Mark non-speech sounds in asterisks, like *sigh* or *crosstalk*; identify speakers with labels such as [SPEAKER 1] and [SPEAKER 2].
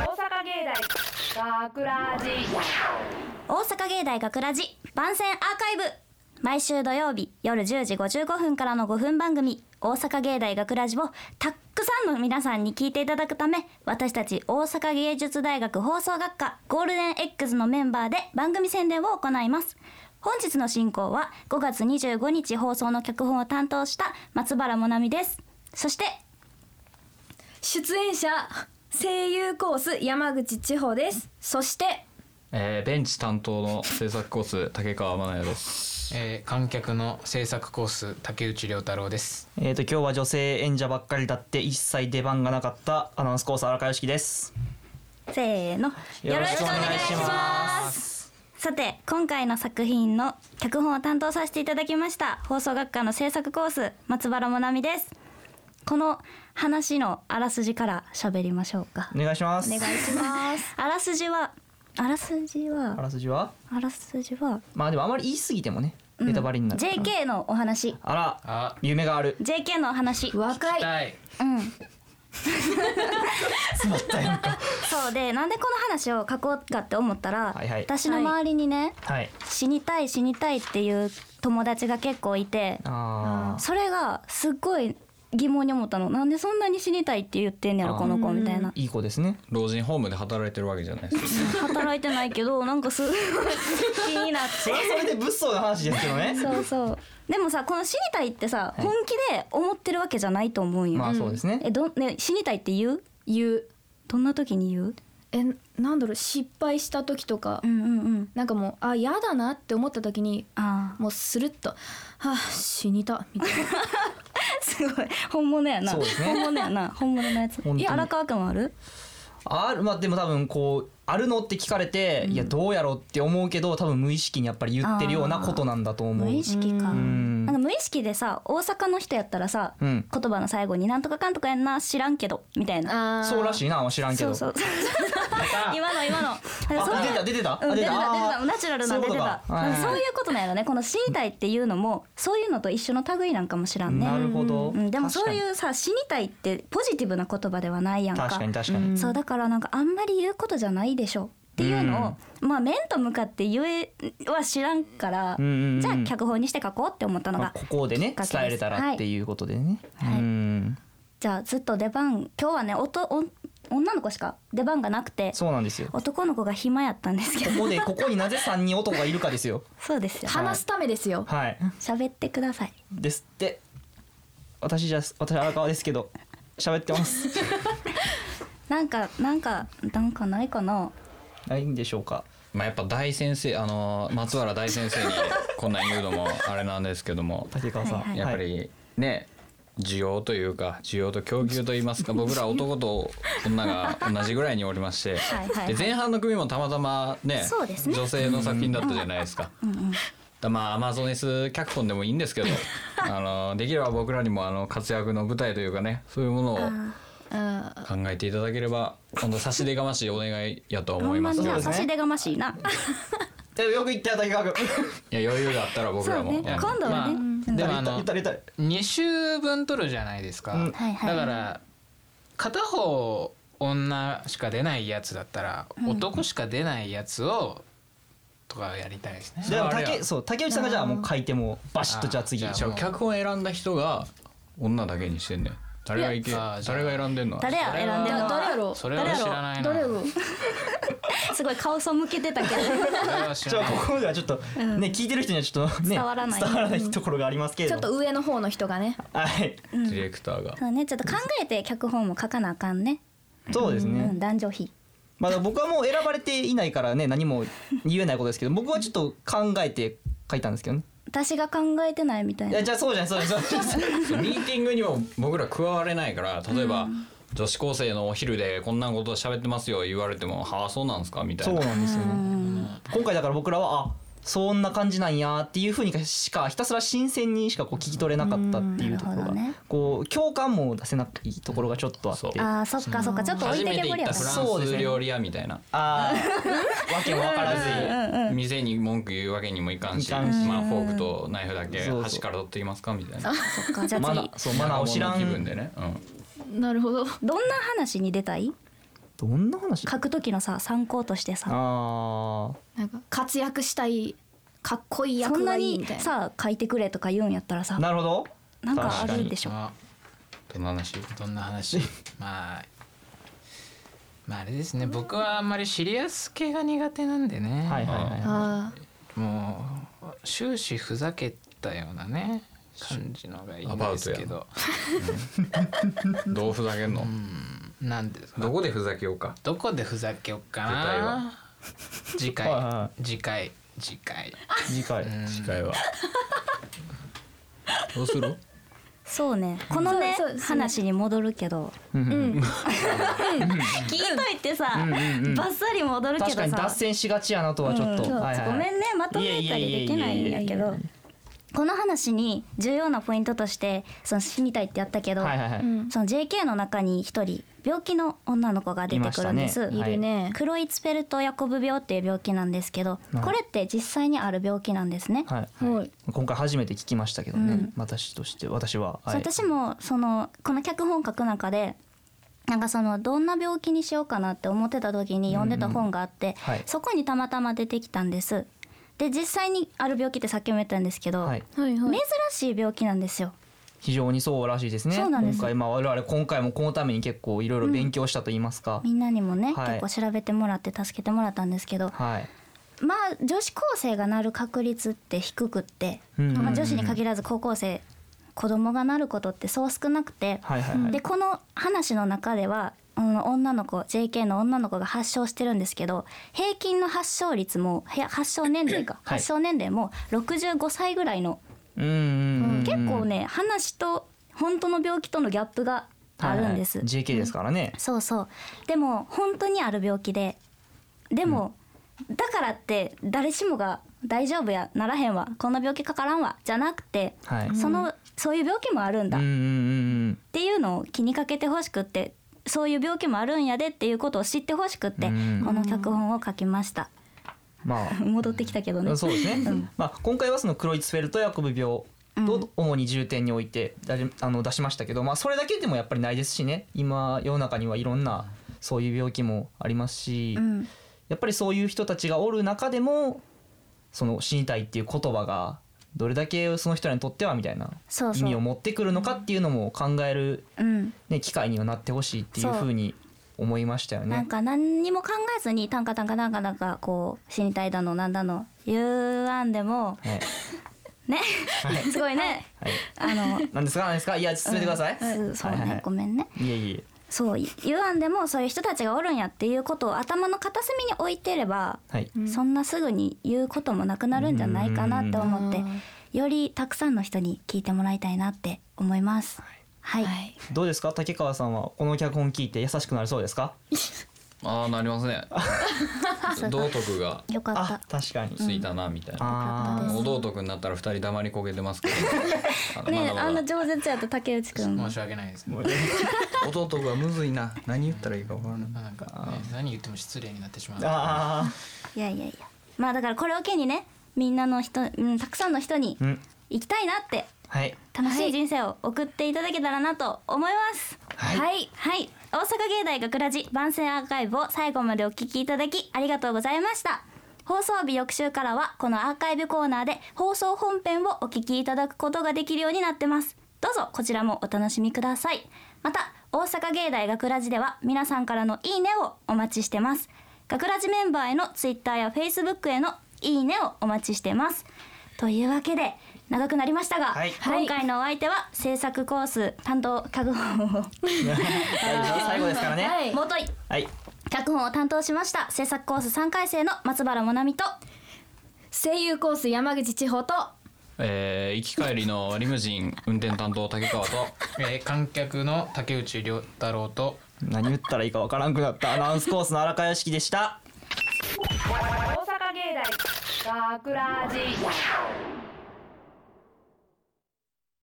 [SPEAKER 1] 大学ラジ
[SPEAKER 2] 大阪芸大学ラジ番宣アーカイブ毎週土曜日夜10時55分からの5分番組「大阪芸大学ラジをたっくさんの皆さんに聞いていただくため私たち大阪芸術大学放送学科ゴールデン X のメンバーで番組宣伝を行います本日の進行は5月25日放送の脚本を担当した松原もなみですそして
[SPEAKER 3] 出演者声優コース山口千穂ですそして
[SPEAKER 4] えー、ベンチ担当の制作コース竹川真奈也です。
[SPEAKER 5] えー観客の制作コース竹内涼太郎です。
[SPEAKER 6] えー、と今日は女性演者ばっかりだって一切出番がなかったアナウンスコース荒川良樹です。
[SPEAKER 2] せーのよろしくお願いしますさて今回の作品の脚本を担当させていただきました放送学科の制作コース松原もなみですこの話のあらすじから喋りましょうか
[SPEAKER 6] お願いします。
[SPEAKER 2] しますあらすじはあらすじ
[SPEAKER 6] あ
[SPEAKER 2] は
[SPEAKER 6] らすじは
[SPEAKER 2] あらすじは
[SPEAKER 6] まあでもあまり言い過ぎてもね、ネタバレになるから。
[SPEAKER 2] JK のお話
[SPEAKER 6] あら
[SPEAKER 5] あ、
[SPEAKER 6] 夢がある。
[SPEAKER 2] JK のお話
[SPEAKER 3] 若い
[SPEAKER 5] 痛い。
[SPEAKER 2] うん。そうでなんでこの話を書こうかって思ったら、
[SPEAKER 6] はいはい
[SPEAKER 2] 私の周りにね、
[SPEAKER 6] はい。
[SPEAKER 2] 死にたい死にたいっていう友達が結構いて
[SPEAKER 6] ああ
[SPEAKER 2] それがすっごい疑問に思ったのなんでそんなに死にたいって言ってんねやろ
[SPEAKER 6] あー
[SPEAKER 2] この子みたいない
[SPEAKER 6] い子ですね。
[SPEAKER 4] 老人ホームで働いてるわけじゃないです。
[SPEAKER 2] 働いてないけどなんかすごい気になっ
[SPEAKER 6] それは
[SPEAKER 2] て
[SPEAKER 6] それで物騒な話ですけどね。
[SPEAKER 2] *laughs* そうそうでもさこの死にたいってさ、本気で思ってるわけじゃないと思うんよ、
[SPEAKER 6] まあそうですね。
[SPEAKER 2] えどんね死にたいって言う
[SPEAKER 3] 言う
[SPEAKER 2] どんな時に言う
[SPEAKER 3] *laughs* えなんだろう失敗した時とか、
[SPEAKER 2] うんうんうん
[SPEAKER 3] なんかもうあ嫌だなって思った時に
[SPEAKER 2] ああ
[SPEAKER 3] もうスルッと「はあ死にた」みたいな
[SPEAKER 2] すごい本物やな、
[SPEAKER 6] そうですね
[SPEAKER 2] 本物やな本物のやつ
[SPEAKER 6] 本当に
[SPEAKER 2] いや荒川君はある
[SPEAKER 6] あるまあでも多分こうあるのって聞かれて、いやどうやろうって思うけど多分無意識にやっぱり言ってるようなことなんだと思う。
[SPEAKER 2] 無意識か
[SPEAKER 6] うん
[SPEAKER 2] なんか無意識でさ大阪の人やったらさ、
[SPEAKER 6] うん
[SPEAKER 2] 言葉の最後に「なんとかかんとかやんな知らんけど」みたいな
[SPEAKER 3] あ
[SPEAKER 6] *laughs* そうらしいな、知らんけ
[SPEAKER 2] そ
[SPEAKER 6] ど。
[SPEAKER 2] うそう *laughs* 今の今のあ
[SPEAKER 6] あ出た出てた
[SPEAKER 2] うん
[SPEAKER 6] あ
[SPEAKER 2] 出てた出
[SPEAKER 6] 出た
[SPEAKER 2] て
[SPEAKER 6] あ
[SPEAKER 2] た
[SPEAKER 6] ー
[SPEAKER 2] ナチュラルな
[SPEAKER 6] そうい
[SPEAKER 2] 出
[SPEAKER 6] う
[SPEAKER 2] て
[SPEAKER 6] こと
[SPEAKER 2] た
[SPEAKER 6] かはいはい
[SPEAKER 2] そういうことなんやろねこの死にたいっていうのもそういうのと一緒の類なんかもしらんね
[SPEAKER 6] なるほど。
[SPEAKER 2] うん、でもそう
[SPEAKER 6] う
[SPEAKER 2] いうさ死にたいってポジティブな言葉ではないやん
[SPEAKER 6] 確かに確かに。
[SPEAKER 2] そうだからなんかあんまり言うことじゃないでしょっていうのを、まあ面と向かって言えは知らんから、
[SPEAKER 6] うんうんうん
[SPEAKER 2] じゃあ脚本にして書こうって思ったの
[SPEAKER 6] ま
[SPEAKER 2] が
[SPEAKER 6] あ、ここで
[SPEAKER 2] きっ
[SPEAKER 6] ね
[SPEAKER 2] かけです
[SPEAKER 6] 伝えれたらっていうことでね。
[SPEAKER 2] はい
[SPEAKER 6] うん。
[SPEAKER 2] じゃあずっと出番今日はねおとお女の子しか出番がなくて
[SPEAKER 6] そうなんですよ。こ
[SPEAKER 2] 男の子が暇やったんですけど
[SPEAKER 6] こでここになぜ三人男がいるかですよ。
[SPEAKER 2] *laughs* そうですよ
[SPEAKER 3] 話すためですよ
[SPEAKER 6] はい。
[SPEAKER 2] 喋ってください
[SPEAKER 6] ですって。私じゃ私荒川ですけど喋ってます。
[SPEAKER 2] なんかなんかなんかないかな
[SPEAKER 6] ないんでしょうか。
[SPEAKER 4] まあやっぱ大先生あのー松原大先生にこんなん言うのもあれなんですけども、
[SPEAKER 6] 竹川さん。
[SPEAKER 2] はいはい
[SPEAKER 4] やっぱ
[SPEAKER 6] はい
[SPEAKER 4] りね。需要というか需要と供給といい
[SPEAKER 2] *laughs*
[SPEAKER 4] ますか僕ら男と女が同じぐらいにおりまして
[SPEAKER 2] *laughs* はいはいはい
[SPEAKER 4] で前半の組もたまたまね
[SPEAKER 2] そうですね
[SPEAKER 4] 女性の作品だったじゃないですか。だまあアマゾネス脚本でもいいんで
[SPEAKER 2] *laughs*
[SPEAKER 4] すけどあのできれば僕らにもあの活躍の舞台というかねそういうものを
[SPEAKER 3] あー
[SPEAKER 4] 考えていただければ本当差し出がましいお願いやとは
[SPEAKER 2] ほ
[SPEAKER 4] 思い
[SPEAKER 2] んま
[SPEAKER 4] ます
[SPEAKER 2] に
[SPEAKER 4] け
[SPEAKER 2] な
[SPEAKER 4] ど
[SPEAKER 6] そうで
[SPEAKER 2] 差
[SPEAKER 6] すね
[SPEAKER 2] し出がましいな
[SPEAKER 6] えよく言ったよ竹川君。
[SPEAKER 4] いや余裕があったら僕
[SPEAKER 2] そ
[SPEAKER 4] ら
[SPEAKER 2] う
[SPEAKER 4] も、
[SPEAKER 2] ね
[SPEAKER 4] うん
[SPEAKER 2] 今度は
[SPEAKER 5] ま
[SPEAKER 2] ね、
[SPEAKER 5] あ
[SPEAKER 2] うん
[SPEAKER 5] で
[SPEAKER 6] *laughs*
[SPEAKER 5] もあ
[SPEAKER 6] 言
[SPEAKER 5] の
[SPEAKER 6] った言った言った。
[SPEAKER 5] 二週分取るじゃないです
[SPEAKER 6] う
[SPEAKER 5] か
[SPEAKER 6] ん。
[SPEAKER 2] はいはい
[SPEAKER 5] だから片方女しか出ないやつだったら男しか出ないやつをとかやりたいですね。
[SPEAKER 6] でも
[SPEAKER 4] あれや
[SPEAKER 6] 竹そう竹内さんがじゃあもう書いてもうバシッとじゃあ次。
[SPEAKER 5] あーじ
[SPEAKER 4] じゃあ脚本選んだ人が女だけにしてんねん誰がいけ
[SPEAKER 5] いやあーじゃあ
[SPEAKER 4] 誰が選んでんの
[SPEAKER 2] 誰や選んでん
[SPEAKER 3] だ
[SPEAKER 2] の
[SPEAKER 3] 誰やろ
[SPEAKER 5] それは知らないな。
[SPEAKER 3] 誰やろ
[SPEAKER 2] すごい顔背けてた
[SPEAKER 6] *laughs*
[SPEAKER 2] けど
[SPEAKER 5] それは知
[SPEAKER 6] じ
[SPEAKER 5] ら
[SPEAKER 6] ゃあ
[SPEAKER 5] ない。
[SPEAKER 6] ここではちょっとね聞いてる人にはちょっとね
[SPEAKER 2] 伝わらない
[SPEAKER 6] 伝わらないところがありますけれ
[SPEAKER 3] ち
[SPEAKER 6] ど
[SPEAKER 3] ょっ
[SPEAKER 6] も。
[SPEAKER 3] と上の方の人がね
[SPEAKER 6] はい。
[SPEAKER 4] ディレクターが
[SPEAKER 2] そうねちょっと考えて脚本も書かなあかんね、
[SPEAKER 6] そうです
[SPEAKER 2] う
[SPEAKER 6] ね。
[SPEAKER 2] ん、男女比
[SPEAKER 6] まあ僕はもう選ばれていないからね何も言えないことですけど僕はちょっと考えて書いたんですけどね
[SPEAKER 2] 私が考えてないみたい
[SPEAKER 6] い
[SPEAKER 2] な
[SPEAKER 6] やじゃあそうじゃないそうじゃないそうじゃない
[SPEAKER 4] そうミーティングにも僕ら加われないから例えば、女子高生のお昼でこんなこと喋ってますよ言われても「はあそうなんですか?」みた
[SPEAKER 6] そ
[SPEAKER 4] いうな
[SPEAKER 6] なんですよね今回だから僕らはあそんな感じなんやっていうふうにしかひたすら新鮮にしかこう聞き取れなかったっていうところ
[SPEAKER 2] うんなるほど
[SPEAKER 6] が、
[SPEAKER 2] ね
[SPEAKER 6] こう共感も出せないところがちょっとあって
[SPEAKER 4] そう
[SPEAKER 2] あーそっかそっかちょっと置いて
[SPEAKER 4] 初め
[SPEAKER 2] けぼ
[SPEAKER 4] て行
[SPEAKER 2] り
[SPEAKER 4] っ
[SPEAKER 2] や
[SPEAKER 4] た
[SPEAKER 2] った
[SPEAKER 4] フ
[SPEAKER 2] な
[SPEAKER 6] そう
[SPEAKER 4] ラン
[SPEAKER 6] です
[SPEAKER 4] ス
[SPEAKER 6] ね
[SPEAKER 4] 料理屋みたいな
[SPEAKER 6] ああわけも分からずに
[SPEAKER 4] 店に文句言うわけにもいかんし
[SPEAKER 6] いかんし
[SPEAKER 4] まあ、フォークとナイフだけ
[SPEAKER 6] そうそう
[SPEAKER 4] 端から取ってきますかみたいな
[SPEAKER 2] そっかじゃあ
[SPEAKER 6] マナ
[SPEAKER 2] 次
[SPEAKER 6] ーそうマナーを知ら
[SPEAKER 4] 気分
[SPEAKER 6] ん
[SPEAKER 4] でね、うん
[SPEAKER 3] なるほ
[SPEAKER 2] ど
[SPEAKER 3] ど
[SPEAKER 2] んな話に出たい
[SPEAKER 6] どんな話
[SPEAKER 2] 書く時のさ参考としてさ
[SPEAKER 6] ああ
[SPEAKER 3] なんか活躍したいかっこいい
[SPEAKER 2] そ
[SPEAKER 3] 役
[SPEAKER 2] ん
[SPEAKER 3] が
[SPEAKER 2] ない
[SPEAKER 3] いみ
[SPEAKER 2] に
[SPEAKER 3] たいな
[SPEAKER 2] さ書いてくれとか言うんやったらさ
[SPEAKER 6] なるほど
[SPEAKER 2] なんかあるでしょ
[SPEAKER 5] あ
[SPEAKER 4] どんな話
[SPEAKER 5] どん
[SPEAKER 2] *laughs*
[SPEAKER 5] な話まあまああれですね僕はあんまりシリアス系が苦手なんでね、
[SPEAKER 6] はいはいはい
[SPEAKER 3] あ
[SPEAKER 5] もう終始ふざけたようなね感じのがいいんですけど
[SPEAKER 4] どうふざけんの
[SPEAKER 5] なんですか
[SPEAKER 4] どこでふざけようか
[SPEAKER 5] どこでふざけようか
[SPEAKER 4] 舞台
[SPEAKER 5] な
[SPEAKER 4] は
[SPEAKER 5] 次
[SPEAKER 6] *laughs*
[SPEAKER 5] 回
[SPEAKER 6] はいは
[SPEAKER 5] 次回次回
[SPEAKER 6] 次回
[SPEAKER 4] 次回
[SPEAKER 6] *laughs*
[SPEAKER 4] はどうする
[SPEAKER 2] そうねこのね
[SPEAKER 3] そうそうそう
[SPEAKER 2] 話に戻るけど
[SPEAKER 3] うん
[SPEAKER 2] *laughs* 聞いといてさバッサリ戻るけど
[SPEAKER 6] 確
[SPEAKER 2] さ
[SPEAKER 6] かに脱線しがちやなとはちょっと、
[SPEAKER 2] うん
[SPEAKER 6] はいはい
[SPEAKER 2] ごめんねまとめたりできないんやけ
[SPEAKER 6] いやいやいやいやいやいや
[SPEAKER 2] ど
[SPEAKER 6] い
[SPEAKER 2] この話に重要なポイントとしてその死にたいってやったけど、
[SPEAKER 6] はいはいはい、
[SPEAKER 3] うん
[SPEAKER 2] その JK の中に一人病気の女の子が出てくるんです、
[SPEAKER 6] いまし
[SPEAKER 3] い
[SPEAKER 6] たね
[SPEAKER 3] るね
[SPEAKER 2] クロイツペルト・ヤコブ病っていう病気なんですけど、
[SPEAKER 6] はい
[SPEAKER 2] これって実際にある病気なんですね、
[SPEAKER 6] はい
[SPEAKER 3] はい
[SPEAKER 6] 今回初めて聞きましたけどね、私として私は、はい、
[SPEAKER 2] そう私もそのこの脚本書く中でなんかそのどんな病気にしようかなって思ってた時に読んでた本があって、
[SPEAKER 6] はい
[SPEAKER 2] そこにたまたま出てきたんですで実際にある病気ってさっきも言ったんですけど、
[SPEAKER 6] はい、
[SPEAKER 3] はい
[SPEAKER 2] 珍
[SPEAKER 3] はい
[SPEAKER 2] しい病気なんですよ
[SPEAKER 6] 非常にそうらしいですね
[SPEAKER 2] そうなんです
[SPEAKER 6] 今回まあ我々今回もこのために結構いろいろ勉強したと言いますか、
[SPEAKER 2] みんなにもね、
[SPEAKER 6] はい
[SPEAKER 2] 結構調べてもらって助けてもらったんですけど
[SPEAKER 6] はい、
[SPEAKER 2] まあ女子高生がなる確率って低くって、
[SPEAKER 6] うん
[SPEAKER 2] まあ、女子に限らず高校生子供がなることってそう少なくて、
[SPEAKER 6] はいはいはい
[SPEAKER 2] でこの話の中ではあの女の子 JK の女の子が発症してるんですけど平均の発症率もへ発症年齢か、
[SPEAKER 6] はい
[SPEAKER 2] 発症年齢も65歳ぐらいの
[SPEAKER 6] うんうんうん
[SPEAKER 2] 結構ね、話と本当の病気とのギャップがあるんです。
[SPEAKER 6] はいはい JK ですからね、
[SPEAKER 2] そうそうでも本当にある病気ででも、だからって誰しもが大丈夫やならへんわこんな病気かからんわじゃなくて、
[SPEAKER 6] はい
[SPEAKER 2] そのそういう病気もあるんだ
[SPEAKER 6] う
[SPEAKER 2] っ
[SPEAKER 6] んうんうん
[SPEAKER 2] ていうのを気にかけてほしくってそういう病気もあるんやでっていうことを知ってほしくって、
[SPEAKER 6] うん
[SPEAKER 2] この脚本を書きました、
[SPEAKER 6] うんまあ
[SPEAKER 2] 戻ってきたけどね
[SPEAKER 6] そうですね、まあ、今回はそのクロイツフェルト・ヤコブ病を主に重点に置いてだじあの出しましたけど、まあ、それだけでもやっぱりないですしね今世の中にはいろんなそういう病気もありますし、
[SPEAKER 2] うん
[SPEAKER 6] やっぱりそういう人たちがおる中でもその死にたいっていう言葉がどれだけその人らにとってはみたいな
[SPEAKER 2] そうそう
[SPEAKER 6] 意味を持ってくるのかっていうのも考える、
[SPEAKER 2] うん
[SPEAKER 6] ね、機会にはなってほしいっていう
[SPEAKER 2] そう
[SPEAKER 6] ふうに思いましたよ
[SPEAKER 2] なん
[SPEAKER 6] ね。
[SPEAKER 2] か何にも考えずに「たんかたんかなんかなんかこう死にたいだのなんだの」言わんでも
[SPEAKER 6] はい、
[SPEAKER 2] ね *laughs* すごいね、あの
[SPEAKER 6] なんですかなんですかいや *laughs* 進めてください。
[SPEAKER 2] うんそうね、
[SPEAKER 6] はいはい
[SPEAKER 2] ごめんね
[SPEAKER 6] いえいえ。
[SPEAKER 2] そうい言わんでもそういう人たちがおるんやっていうことを頭の片隅に置いてれば、
[SPEAKER 6] はい。
[SPEAKER 2] そんなすぐに言うこともなくなるんじゃないかなって思って
[SPEAKER 3] うんうん
[SPEAKER 2] よりたくさんの人に聞いてもらいたいなって思います。はい、
[SPEAKER 3] はい
[SPEAKER 6] どうですか竹川さんはこの脚本聞いて優しくなるそうですか
[SPEAKER 4] ああなり
[SPEAKER 2] *laughs*
[SPEAKER 4] ますね道徳が
[SPEAKER 2] よかった
[SPEAKER 6] あ確かに
[SPEAKER 4] ついたなみたいな、
[SPEAKER 6] あ
[SPEAKER 4] もう道徳になったら二人黙りこけてますけど
[SPEAKER 2] *laughs*
[SPEAKER 4] あ
[SPEAKER 2] ねえあんな
[SPEAKER 4] まだ
[SPEAKER 2] 饒舌やった竹内くん
[SPEAKER 5] 申し訳ないですね
[SPEAKER 4] お道徳はむずいな何言ったらいいか分からない
[SPEAKER 5] なんかね、何言っても失礼になってしまう
[SPEAKER 6] ーあ
[SPEAKER 2] いやいやいやまあだからこれを機にねみんなの人、うん、たくさんの人に
[SPEAKER 6] ーうん
[SPEAKER 2] 行きたいなって
[SPEAKER 6] はい
[SPEAKER 2] 楽しい人生を送っていただけたらなと思います
[SPEAKER 6] はい
[SPEAKER 2] はい、はい大阪芸大学ラジ番宣アーカイブを最後までお聞きいただきありがとうございました放送日翌週からはこのアーカイブコーナーで放送本編をお聞きいただくことができるようになってますどうぞこちらもお楽しみくださいまた大阪芸大学ラジでは皆さんからのいいねをお待ちしてます学ラジメンバーへのツイッターやフェイスブックへのいいねをお待ちしてますというわけで長くなりましたが、
[SPEAKER 6] はい
[SPEAKER 2] 今回のお相手は制作コース担当脚本を
[SPEAKER 6] 大丈夫最後ですからね
[SPEAKER 3] はい
[SPEAKER 2] 元い
[SPEAKER 6] はい
[SPEAKER 2] 脚本を担当しました制作コース3回生の松原もなみと
[SPEAKER 3] 声優コース山口千穂と
[SPEAKER 4] えー、行き帰りのリムジン運転担当竹川と
[SPEAKER 5] えー観客の竹内涼太郎と
[SPEAKER 6] 何言ったらいいかわからんくなったアナウンスコースの荒川良樹でした
[SPEAKER 1] 大阪芸大学ラジ